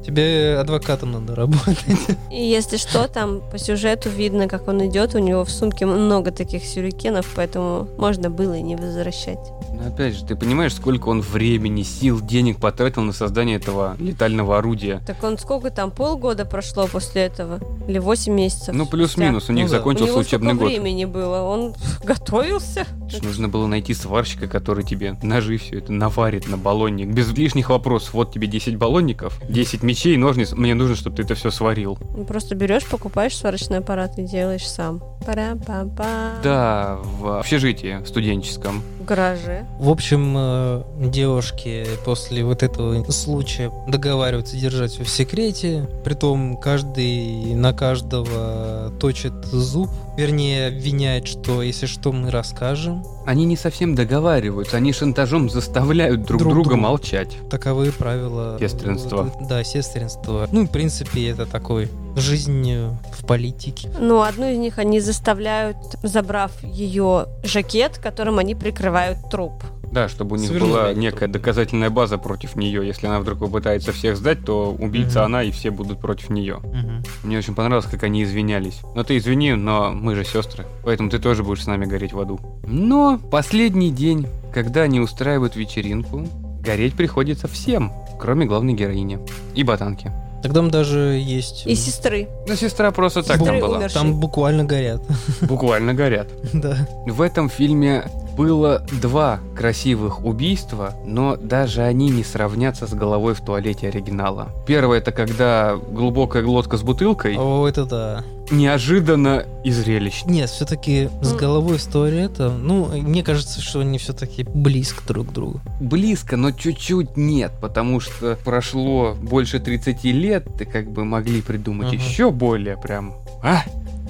C: Тебе адвокатом надо работать.
B: И если что, там по сюжету видно, как он идет, у него в сумке много таких сюрикенов, поэтому можно было и не возвращать.
A: Но опять же, ты понимаешь, сколько он времени, сил, денег потратил на создание этого летального орудия.
B: Так он сколько там, полгода прошло после этого? Или 8 месяцев?
A: Ну, плюс-минус, у них
C: Ну да.
A: закончился
B: У него
A: учебный
B: сколько
A: год.
B: времени было? Он готовился?
A: Слушай, Нужно было найти сварщика, который тебе ножи все это наварит на баллонник. Без лишних вопросов. Вот тебе 10 баллонников, 10 мечей, ножниц. Мне нужно, чтобы ты это все сварил.
B: Ну, Просто берешь, покупаешь сварочный аппарат и делаешь сам. Пара-па-па.
A: Да, в общежитии студенческом.
B: гараже.
C: В общем, э, девушки после вот этого случая договариваются держать все в секрете. Притом каждый на каждого точит зуб. Вернее, обвиняет, что если что, мы расскажем.
A: Они не совсем договариваются, они шантажом заставляют друг,
C: Друг
A: друга
C: друга.
A: молчать.
C: Таковы правила...
A: Сестринства.
C: Да, сестринства. Ну, в принципе, это такой жизнь э, в политике.
B: Но Ну, одну из них они заставляют, забрав ее жакет, которым они прикрывают труп.
A: Да, чтобы у них
C: Свернули
A: была
C: друг
A: некая доказательная база против нее. Если она вдруг попытается всех сдать, то убийца
C: Мгм.
A: она, и все будут против нее. Мне очень понравилось, как они извинялись. Но ты извини, но мы же сестры, поэтому ты тоже будешь с нами гореть в аду. Но последний день, когда они устраивают вечеринку, гореть приходится всем, кроме главной героини и ботанки.
C: Тогда там даже есть...
B: И сестры.
A: Ну, сестра просто так там
B: Сестры
A: была.
B: умершей.
C: Там буквально горят.
A: Буквально горят.
C: Да.
A: В этом фильме было два красивых убийства, но даже они не сравнятся с головой в туалете оригинала. Первое это когда глубокая глотка с бутылкой
C: О, это да.
A: неожиданно и зрелищно.
C: Нет, все-таки с
B: Ну.
C: головой с туалета, ну, мне кажется, что они все-таки близко друг к другу.
A: Близко, но чуть-чуть нет, потому что прошло больше 30 лет, и как бы могли придумать
C: Ага.
A: еще более прям. А,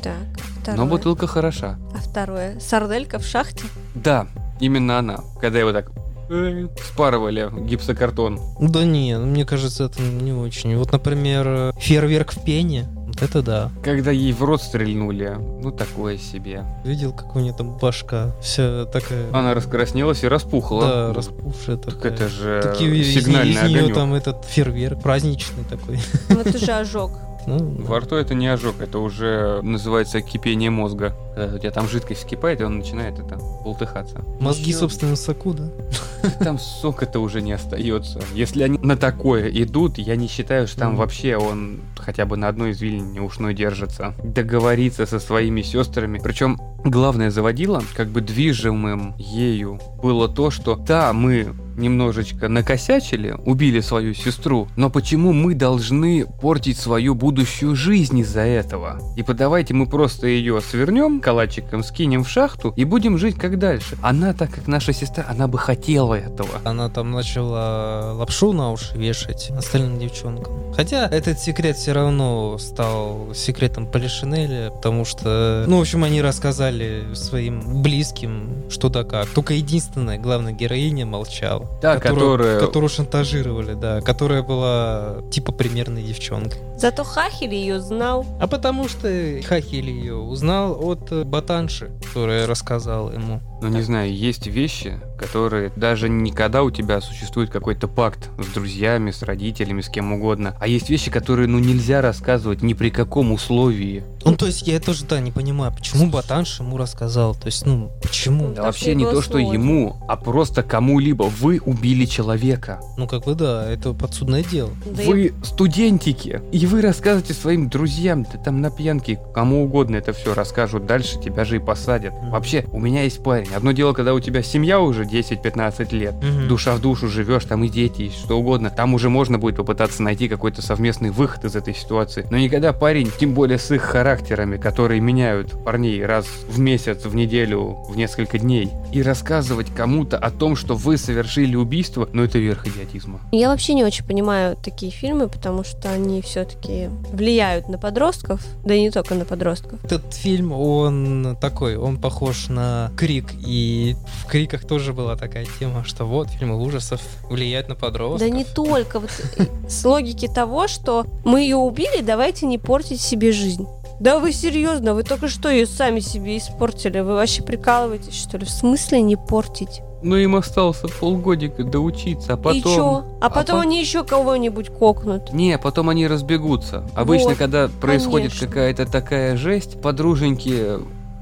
B: Так, второе.
A: но бутылка хороша.
B: А второе. Сарделька в шахте.
A: Да, именно она. Когда его так э, спарывали в гипсокартон.
C: Да не, ну, мне кажется, это не очень. Вот, например, э, фейерверк в пене, вот это да.
A: Когда ей в рот стрельнули, ну такое себе.
C: Видел, как у нее там башка вся такая,
A: Она раскраснелась и распухла.
C: да, распухшая
A: А, Так
C: такая.
A: это же
C: Такие из,
A: сигнальный
C: нее
A: огонек.
C: там этот фейерверк праздничный такой.
B: Вот уже ожог.
C: Ну,
A: Во рту это не ожог, это уже называется кипение мозга. Когда у тебя там жидкость вскипает, и он начинает это болтыхаться.
C: мозги,
A: Ещё-
C: собственно, соку, да?
A: Там сока-то уже не остается. Если они на такое идут, я не считаю, что там
C: Мгм.
A: вообще он хотя бы на одной извилине ушной держится. Договориться со своими сестрами. Причем главное заводило, как бы движимым ею было то, что да, мы немножечко накосячили, убили свою сестру, но почему мы должны портить свою будущую жизнь из-за этого? И подавайте мы просто ее свернем калачиком, скинем в шахту и будем жить как дальше. Она, так как наша сестра, она бы хотела этого.
C: Она там начала лапшу на уши вешать остальным девчонкам. Хотя этот секрет все равно стал секретом Полишинеля, потому что, ну, в общем, они рассказали своим близким, что да как. Только единственная главная героиня молчала.
A: Да, которая-
C: Которую шантажировали, да. Которая была типа примерной девчонкой.
B: Зато Хахель ее знал.
C: А потому что Хахель ее узнал от э, ботанши, которая рассказала ему.
A: Но ну, не знаю, есть вещи, которые даже никогда у тебя существует какой-то пакт с друзьями, с родителями, с кем угодно. А есть вещи, которые ну нельзя рассказывать ни при каком условии.
C: Ну, то есть, я тоже, да, не понимаю, почему Ботанш ему рассказал. То есть, ну, почему?
A: Да
B: Даже
A: вообще
B: не
A: не
B: было
A: то, что
B: слова.
A: ему, а просто кому-либо. Вы убили человека.
C: Ну, как бы да, это подсудное дело.
B: Да и-
A: Вы студентики, и вы рассказываете своим друзьям, да там на пьянке, кому угодно это все расскажут, дальше тебя же и посадят.
C: Мгм.
A: Вообще, у меня есть парень. Одно дело, когда у тебя семья уже 10-15 лет, душа в душу живешь, там и дети, и что угодно. Там уже можно будет попытаться найти какой-то совместный выход из этой ситуации. Но никогда парень, тем более с их характерами, которые меняют парней раз в месяц, в неделю, в несколько дней, и рассказывать кому-то о том, что вы совершили убийство, ну это верх идиотизма.
B: Я вообще не очень понимаю такие фильмы, потому что они все-таки влияют на подростков, да и не только на подростков.
C: Этот фильм, он такой, он похож на Крик, и в Криках тоже была такая тема, что вот, фильмы ужасов влияют на подростков.
B: Да не только. Вот и с логики того, что мы ее убили, давайте не портить себе жизнь. Да вы серьезно, вы только что ее сами себе испортили. Вы вообще прикалываетесь, что ли? В смысле не портить?
A: Ну им остался полгодика доучиться, а потом...
B: И чё? А
A: а
B: потом
A: пот-
B: они еще кого-нибудь кокнут.
A: Не, потом они разбегутся. Обычно,
B: Вот,
A: когда происходит
B: конечно.
A: какая-то такая жесть, подруженьки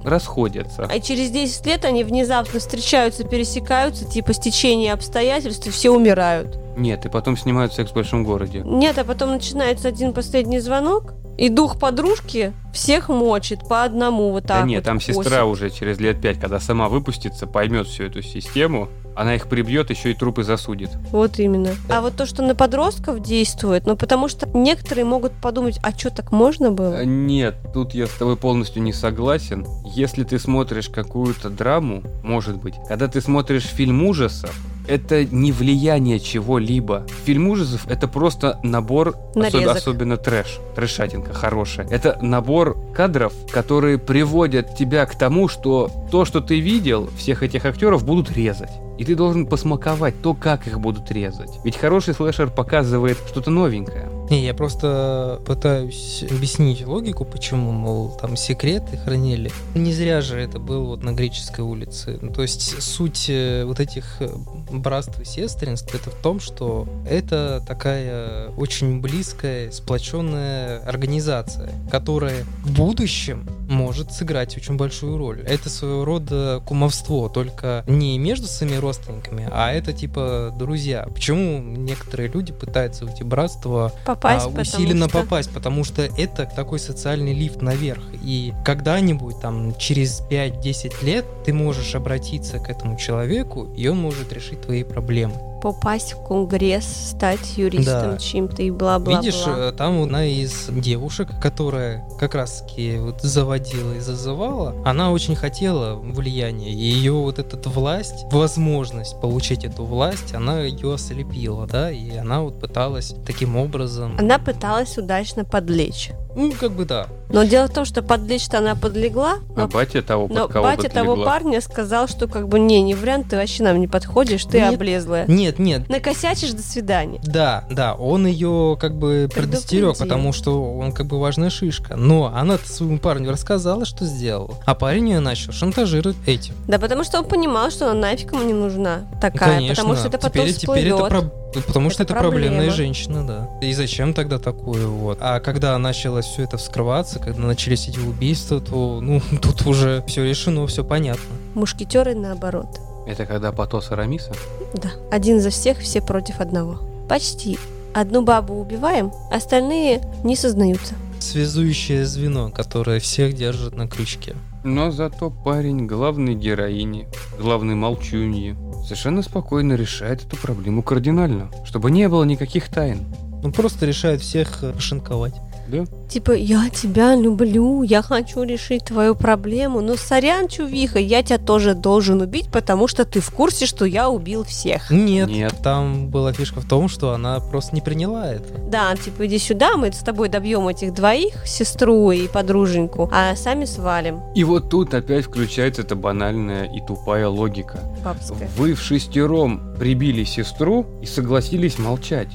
A: расходятся.
B: А через 10 лет они внезапно встречаются, пересекаются, типа стечение обстоятельств, и все умирают.
A: Нет, и потом снимают секс в большом городе.
B: Нет, а потом начинается один последний звонок, И дух подружки всех мочит по одному вот так
A: да нет,
B: вот
A: там
B: косит.
A: сестра уже через лет пять, когда сама выпустится, поймет всю эту систему, она их прибьет, еще и трупы засудит.
B: Вот именно. А вот то, что на подростков действует, ну потому что некоторые могут подумать, а что так можно было?
A: Э, Нет, тут я с тобой полностью не согласен. Если ты смотришь какую-то драму, может быть, когда ты смотришь фильм ужасов, это не влияние чего-либо. Фильм ужасов это просто набор, особ-
B: Нарезок.
A: особенно трэш, трэшатинка хорошая. Это набор кадров, которые приводят тебя к тому, что то, что ты видел, всех этих актеров будут резать. И ты должен посмаковать то, как их будут резать. Ведь хороший слэшер показывает что-то новенькое.
C: Не, я просто пытаюсь объяснить логику, почему, мол, там секреты хранили. Не зря же это было вот на греческой улице. Ну, То есть суть э, вот этих э, братств и сестринств это в том, что это такая очень близкая, сплоченная организация, которая в будущем может сыграть очень большую роль. Это своего рода кумовство, только не между своими родственниками, а это типа друзья. Почему некоторые люди пытаются в эти братства
B: Попасть,
C: а,
B: потому
C: усиленно
B: что-
C: попасть, потому что это такой социальный лифт наверх. И когда-нибудь, там, через 5-10 лет, ты можешь обратиться к этому человеку, и он может решить твои проблемы.
B: попасть в Конгресс, стать юристом
C: Да.
B: чем-то и бла-бла-бла.
C: Видишь, э, там одна из девушек, которая как раз-таки вот заводила и зазывала, она очень хотела влияния. И ее вот эта власть, возможность получить эту власть, она ее ослепила, да, и она вот пыталась таким образом...
B: Она пыталась удачно подлечь.
C: Ну, как бы да.
B: Но дело в том, что подлечь-то она подлегла,
A: А
B: но,
A: батя того, под
B: но
A: кого бы ты
B: батя того
A: легла.
B: парня сказал, что как бы не, не вариант, ты вообще нам не подходишь, ты
C: Нет.
B: облезлая.
C: Нет, нет,
B: Накосячишь, до свидания.
C: Да, да, он ее как бы предостерег,
B: Предупредил.
C: потому что он как бы важная шишка. Но она своему парню рассказала, что сделала. А парень ее начал шантажировать этим.
B: Да потому что он понимал, что она нафиг ему не нужна такая,
C: Конечно.
B: потому что это потом
C: теперь, теперь это
B: всплывет.
C: про- Потому что
B: Это
C: это проблемная
B: проблема.
C: женщина, да. И зачем тогда такую вот? А когда началось все это вскрываться, когда начались эти убийства, то ну тут уже все решено, все понятно.
B: Мушкетеры наоборот.
A: Это когда Патос Арамиса?
B: Да. Один за всех, все против одного. Почти. Одну бабу убиваем, остальные не сознаются.
C: Связующее звено, которое всех держит на крючке.
A: Но зато парень главной героини, главной молчуньи, совершенно спокойно решает эту проблему кардинально, чтобы не было никаких тайн.
C: Он Ну, просто решает всех э, шинковать.
A: Да?
B: Типа, я тебя люблю, я хочу решить твою проблему, но сорян, чувиха, я тебя тоже должен убить, потому что ты в курсе, что я убил всех.
C: Нет,
A: Нет.
C: там была фишка в том, что она просто не приняла это.
B: Да, типа, иди сюда, мы с тобой добьем этих двоих, сестру и подруженьку, а сами свалим,
A: И вот тут опять включается эта банальная и тупая логика.
B: бабская.
A: Вы в шестером прибили сестру и согласились молчать.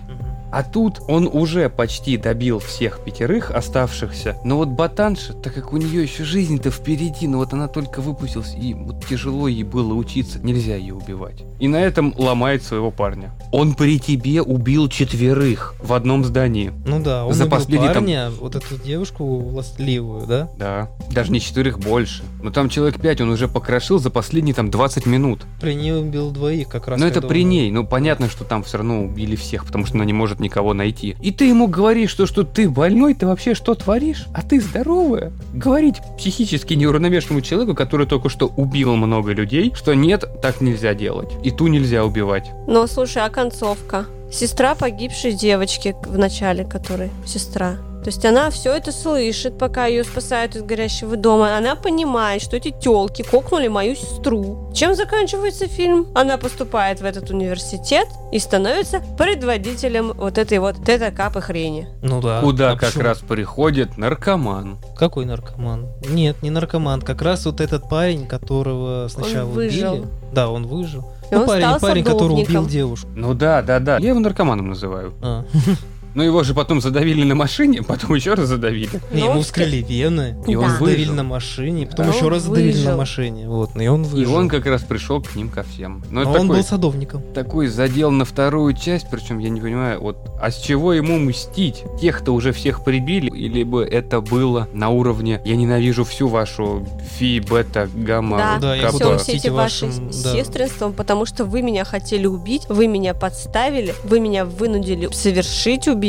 A: А тут он уже почти добил всех пятерых оставшихся. Но вот Батанша, так как у нее еще жизнь-то впереди, но вот она только выпустилась, и вот тяжело ей было учиться, нельзя ее убивать. И на этом ломает своего парня. Он при тебе убил четверых в одном здании.
C: Ну да, он
A: За
C: убил
A: последний там-
C: парня, вот эту девушку властливую, да?
A: Да. Даже не четверых больше. Но там человек пять он уже покрошил за последние там 20 минут.
C: При ней убил двоих как раз.
A: Но
C: я
A: это при
C: думаю.
A: ней, ну понятно, что там все равно убили всех, потому что она не может никого найти. И ты ему говоришь, что, что ты больной, ты вообще что творишь? А ты здоровая? Говорить психически неуравновешенному человеку, который только что убил много людей, что нет, так нельзя делать. И ту нельзя убивать.
B: Но, слушай, а концовка? Сестра погибшей девочки к- в начале, которой сестра. То есть она все это слышит, пока ее спасают из горящего дома. Она понимает, что эти телки кокнули мою сестру. Чем заканчивается фильм? Она поступает в этот университет и становится предводителем вот этой вот ТТК по хрени.
C: Ну да.
A: Куда
C: А
A: как
C: почему?
A: раз приходит наркоман.
C: Какой наркоман? Нет, не наркоман, как раз вот этот парень, которого сначала
B: выжил.
C: убили. Да, он выжил.
B: И
C: ну,
B: он
C: парень,
B: стал
C: парень, который убил
B: садовником.
C: девушку.
A: Ну да, да, да. Я его наркоманом называю.
C: А.
A: Но его же потом задавили на машине, потом еще раз задавили.
C: Не,
B: Но
C: ему
B: Ну, он-
C: вскрыли вены,
A: И
B: Да.
A: он
C: задавили
A: выжил.
C: на машине, потом
B: Да.
C: еще
B: Он
C: раз задавили на
B: выжил.
C: машине. Вот, и он
A: И
C: выжил.
A: он как раз пришел к ним ко всем. Но
C: Но
A: это
C: он
A: такой-
C: был садовником.
A: такой задел на вторую часть, причем я не понимаю, вот, а с чего ему мстить? Тех-то уже всех прибили, или бы это было на уровне «я ненавижу всю вашу фи, бета, гамма,
B: Да,
C: Да, я
A: капа».
C: буду
B: все, все эти
C: мстить
B: ваши
C: вашим,
B: с-
C: да.
B: сестринством, потому что вы меня хотели убить, вы меня подставили, вы меня вынудили совершить убийство.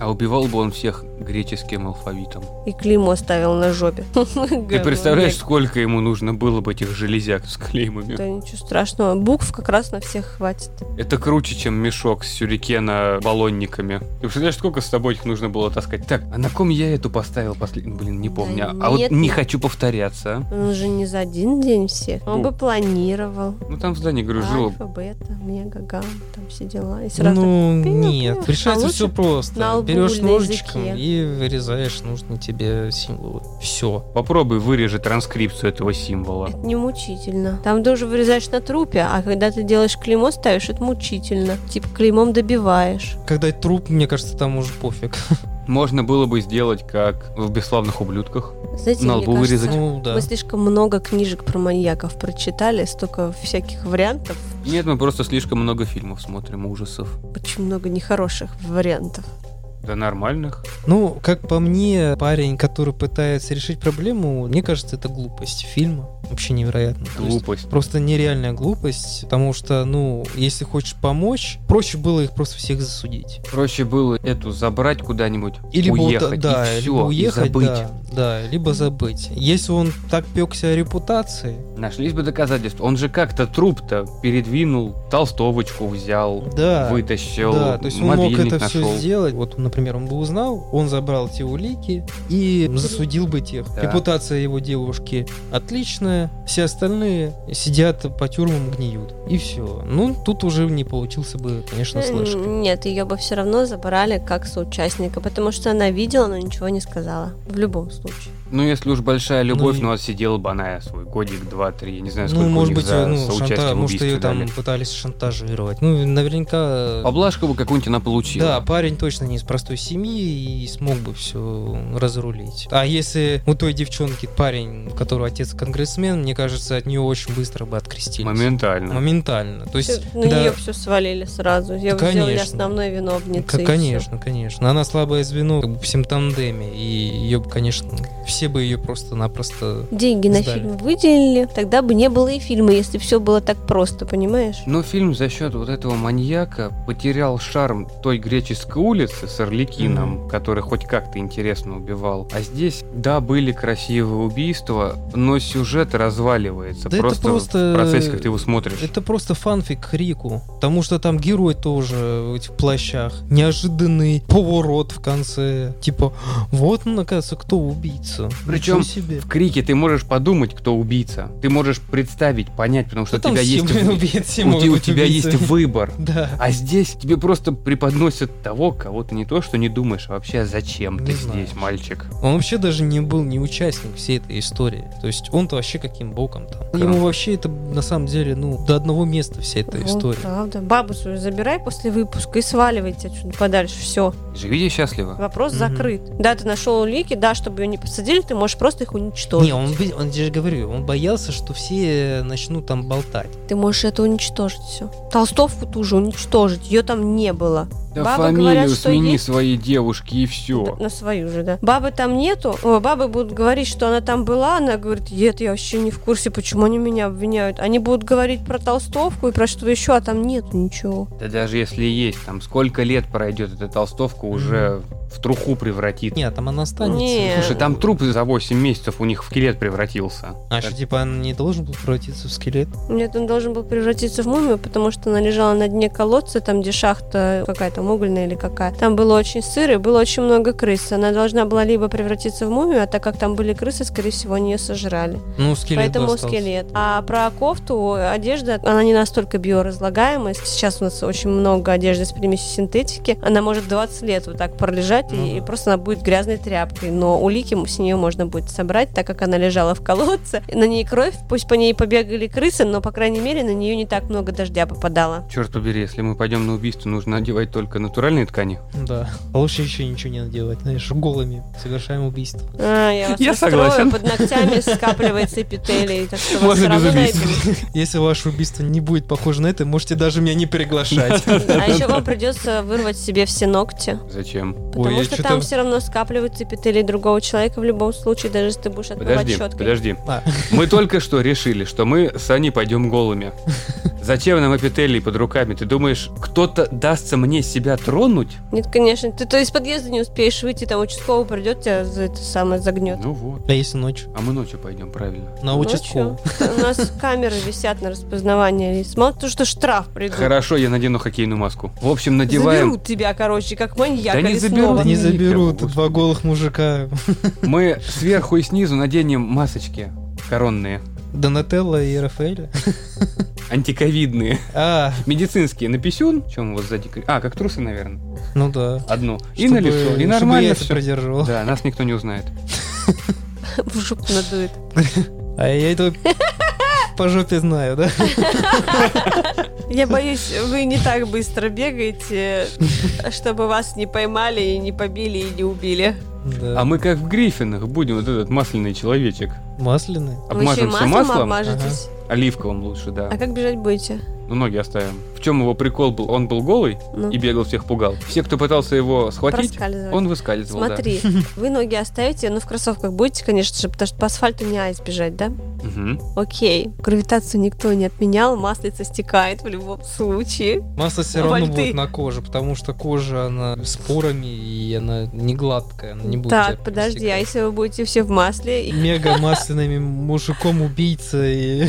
A: А убивал бы он всех греческим алфавитом.
B: И клеймо оставил на жопе.
A: Ты представляешь, сколько ему нужно было бы этих железяк с клеймами?
B: Да ничего страшного, букв как раз на всех хватит.
A: Это круче, чем мешок с сюрикена баллонниками. Ты представляешь, сколько с тобой их нужно было таскать? Так, а на ком я эту поставил последний? Блин, не помню.
B: Да
A: а вот
B: нет,
A: не
B: нет.
A: хочу повторяться. а.
B: Он же не за один день все. Он
A: Ну.
B: бы планировал.
A: Ну там в здании гружило.
B: Альфа, бета, мега, гамма, там все дела. И сразу
C: ну,
B: пинг,
C: нет,
B: пинг.
C: решается
B: А лучше
C: все
B: на
C: просто.
B: лбу
C: Берешь
B: или на
C: ножичком
B: языке.
C: и вырезаешь нужные тебе символы. Все.
A: Попробуй вырежи транскрипцию этого символа.
B: Это не мучительно. Там ты уже вырезаешь на трупе, а когда ты делаешь клеймо, ставишь, это мучительно. Типа клеймом добиваешь.
C: Когда труп, мне кажется, там уже пофиг.
A: Можно было бы сделать как в «Бесславных ублюдках».
B: Знаете,
A: На
B: мне
A: лбу
B: кажется,
A: вырезать.
C: Ну да.
B: Мы слишком много книжек про маньяков прочитали, столько всяких вариантов,
A: Нет, мы просто слишком много фильмов смотрим, ужасов.
B: очень много нехороших вариантов.
A: Да нормальных.
C: Ну, как по мне, парень, который пытается решить проблему, мне кажется, это глупость фильма. Вообще невероятно. То есть
A: Глупость.
C: Просто нереальная глупость, потому что, ну, если хочешь помочь, проще было их просто всех засудить.
A: Проще было эту забрать куда-нибудь,
C: Или
A: уехать,
C: да,
A: и
C: либо
A: все,
C: уехать,
A: и забыть.
C: Да, да, либо забыть. Если он так пекся о репутации,
A: Нашлись бы доказательства. Он же как-то труп-то передвинул, толстовочку взял,
C: да,
A: вытащил,
C: да, то есть он мог
A: мобильник
C: это
A: нашел.
C: все сделать. Вот, например, он бы узнал, он забрал те улики и засудил бы тех.
A: Да.
C: Репутация его девушки отличная, все остальные сидят по тюрьмам гниют. И все. Ну, тут уже не получился бы, конечно, слэшер.
B: М, Нет, ее бы все равно забрали как соучастника, потому что она видела, но ничего не сказала. В любом случае.
A: Ну, если уж большая любовь,
C: и-
A: ну, отсидела бы она свой годик, два, три, я не знаю, сколько
C: Ну,
A: у
C: может
A: них
C: быть,
A: за
C: ну,
A: соучастие
C: шанта-
A: в
C: может,
A: убийстве
C: ее там
A: дали.
C: пытались шантажировать. Ну, наверняка...
A: Поблажку бы какую-нибудь она получила.
C: Да, парень точно не из простой семьи и смог бы все разрулить. А если у той девчонки парень, у которого отец конгрессмен, мне кажется, от нее очень быстро бы открестились.
A: Моментально.
C: Моментально. То есть,
B: Всё, ну, на
C: да,
B: нее все свалили сразу. Я
C: Да,
B: сделали
C: конечно.
B: основной
C: к-
B: виновницей. и всё.
C: конечно, конечно. Она слабое звено как бы, в всем тандеме, и ее, конечно, все бы ее просто-напросто...
B: Деньги на
C: Сдали.
B: фильм выделили, тогда бы не было и фильма, если все было так просто, понимаешь?
A: Но фильм за счет вот этого маньяка потерял шарм той греческой улицы с Орликином, который хоть как-то интересно убивал. А здесь, да, были красивые убийства, но сюжет разваливается.
C: Да это
A: просто,
C: просто- э,
A: в процессе, как ты его смотришь.
C: Это просто фанфик к Рику, потому что там герой тоже в этих плащах. Неожиданный поворот в конце. Типа, вот, он, оказывается, кто убийца.
A: Причем
C: Ничего себе.
A: В крике ты можешь подумать, кто убийца. Ты можешь представить, понять, потому что
C: Да
A: у тебя
C: там
A: есть
C: все
A: вы-
C: убийцы, все
A: у
C: могут
A: те- у
C: быть
A: тебя
C: убийцами.
A: есть выбор.
C: Да.
A: А здесь тебе просто преподносят того, кого ты не то, что не думаешь, а вообще
B: Ну,
A: зачем
C: Не
A: ты
C: знаю.
A: здесь, мальчик.
C: Он вообще даже не был не участник всей этой истории. То есть он-то вообще каким боком там.
A: Да.
C: Ему вообще это на самом деле, ну, до одного места вся эта
B: Вот,
C: история.
B: правда. Бабу свою забирай после выпуска и сваливайте отсюда подальше. Все.
A: Живите счастливо.
B: Вопрос
C: Мгм.
B: закрыт. Да, ты нашел улики, да, чтобы ее не посадили, ты можешь просто их уничтожить.
C: Не, он, бе- он, я же говорю, он боялся, что все начнут там болтать.
B: Ты можешь это уничтожить все. Толстовку ту же уничтожить, ее там не было.
A: Да
B: Бабы
A: фамилию
B: говорят, что
A: смени
B: есть-
A: своей девушки и все.
B: На свою же, да. Бабы там нету, О, бабы будут говорить, что она там была, она говорит, нет, я вообще не в курсе, почему они меня обвиняют. Они будут говорить про толстовку и про что еще, а там нету ничего.
A: Да даже если и есть, там сколько лет пройдет эта толстовка, уже в труху превратит.
C: Нет, там она останется.
B: Не.
A: Слушай, там труп за 8 месяцев у них в скелет превратился.
C: А что, типа, он не должен был превратиться в скелет?
B: Нет, он должен был превратиться в мумию, потому что она лежала на дне колодца, там, где шахта какая-то угольная или какая. Там было очень сыро и было очень много крыс. Она должна была либо превратиться в мумию, а так как там были крысы, скорее всего, они ее сожрали.
C: Ну, скелет бы
B: Поэтому
C: остался.
B: скелет. А про кофту, одежда, она не настолько биоразлагаемая. Сейчас у нас очень много одежды с примесью синтетики. Она может 20 лет вот так пролежать,
C: Ну
B: и,
C: да.
B: и просто она будет грязной тряпкой. Но улики с нее можно будет собрать, так как она лежала в колодце. На ней кровь, пусть по ней побегали крысы, но, по крайней мере, на нее не так много дождя попадало.
A: Черт побери, если мы пойдем на убийство, нужно одевать только натуральные ткани.
C: Да. А лучше еще ничего не надо делать, знаешь, голыми совершаем убийство.
B: А, я вас
A: Я
B: расстроила.
A: согласен.
B: Под ногтями скапливается эпителий, так что вас
A: Можно без
B: всё равно
A: убийств.
B: найдут.
C: Если ваше убийство не будет похоже на это, можете даже меня не приглашать.
B: А еще вам придется вырвать себе все ногти.
A: Зачем?
C: Ой,
B: Потому
C: я
B: что
C: чё-то-
B: там все равно скапливаются эпители другого человека в любом случае, даже если ты будешь отмывать
A: Подожди,
B: щеткой.
A: подожди.
C: А.
A: Мы только что решили, что мы с Аней пойдем голыми. Зачем нам эпителий под руками? Ты думаешь, кто-то дастся мне себя тронуть?
B: Нет, конечно. Ты то из подъезда не успеешь выйти, там участковый придет, тебя за это самое загнет.
A: Ну вот.
C: А если ночью?
A: А мы ночью пойдем, правильно.
C: На участкового.
B: Ну, У нас камеры висят на распознавание лиц. Мало то, что штраф придут.
A: Хорошо, я надену хоккейную маску. В общем, надеваем.
B: Заберут тебя, короче, как а маньяка
A: Да не
B: лесного.
A: заберут.
C: Да не
A: Ладно,
C: заберут,
A: Господи.
C: два голых мужика.
A: Мы сверху и снизу наденем масочки коронные,
C: Донателло и Рафаэля.
A: антиковидные,
C: А,
A: медицинские на писюн, чем у вас сзади, кри- а как трусы, наверное,
C: ну да.
A: одну и на
C: Чтобы-
A: лицо, и
C: чтобы
A: нормально
C: я это
A: всё.
C: продерживал.
A: Да, нас никто не узнает.
B: В жопу надует.
C: А я этого по жопе знаю, да?
B: Я боюсь, вы не так быстро бегаете, чтобы вас не поймали и не побили и не убили.
C: Да.
A: А мы как в Гриффинах будем вот этот масляный человечек.
C: Масляный.
B: Вы еще и
A: Обмажемся
B: маслом,
A: маслом,
B: обмажетесь.
A: оливковым лучше, да.
B: А как бежать будете?
A: Ну, ноги оставим. В чем его прикол был? Он был голый
B: Ну,
A: и бегал, всех пугал. Все, кто пытался его схватить,
B: проскальзывать.
A: он выскальзывал, Ну да.
B: Смотри, вы ноги оставите, но в кроссовках будете, конечно же, потому что по асфальту не айс бежать, да?
A: Мгм. А
B: Окей, гравитацию никто не отменял, маслица стекает в любом случае.
C: Масло все
B: А
C: равно
B: вальты?
C: будет на коже, потому что кожа, она с порами, и она не гладкая, она не будет
B: так,
C: тебя
B: подожди, а
C: пересекать.
B: если вы будете все в масле, и-
C: Мега масляными мужиком убийца и...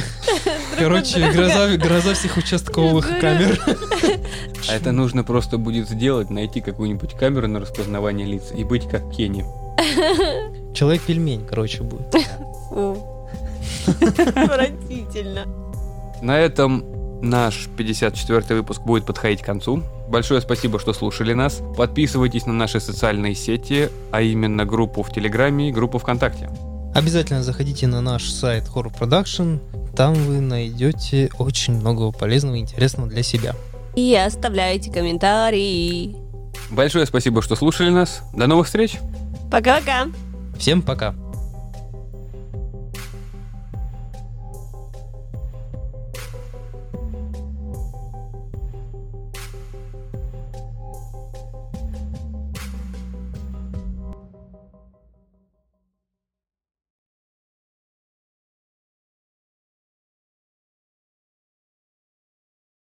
C: Короче, гроза, гроза всех участковых
B: Друг
C: камер.
A: А это нужно просто будет сделать, найти какую-нибудь камеру на распознавание лиц и быть как Кенни.
C: Человек-пельмень, короче, будет.
B: фу. Отвратительно.
A: На этом наш 54-й выпуск будет подходить к концу. Большое спасибо, что слушали нас. Подписывайтесь на наши социальные сети, а именно группу в Телеграме и группу ВКонтакте.
C: Обязательно заходите на наш сайт Horror Production. Там вы найдете очень много полезного и интересного для себя.
B: И оставляйте комментарии.
A: Большое спасибо, что слушали нас. До новых встреч!
B: Пока-пока.
C: Всем пока!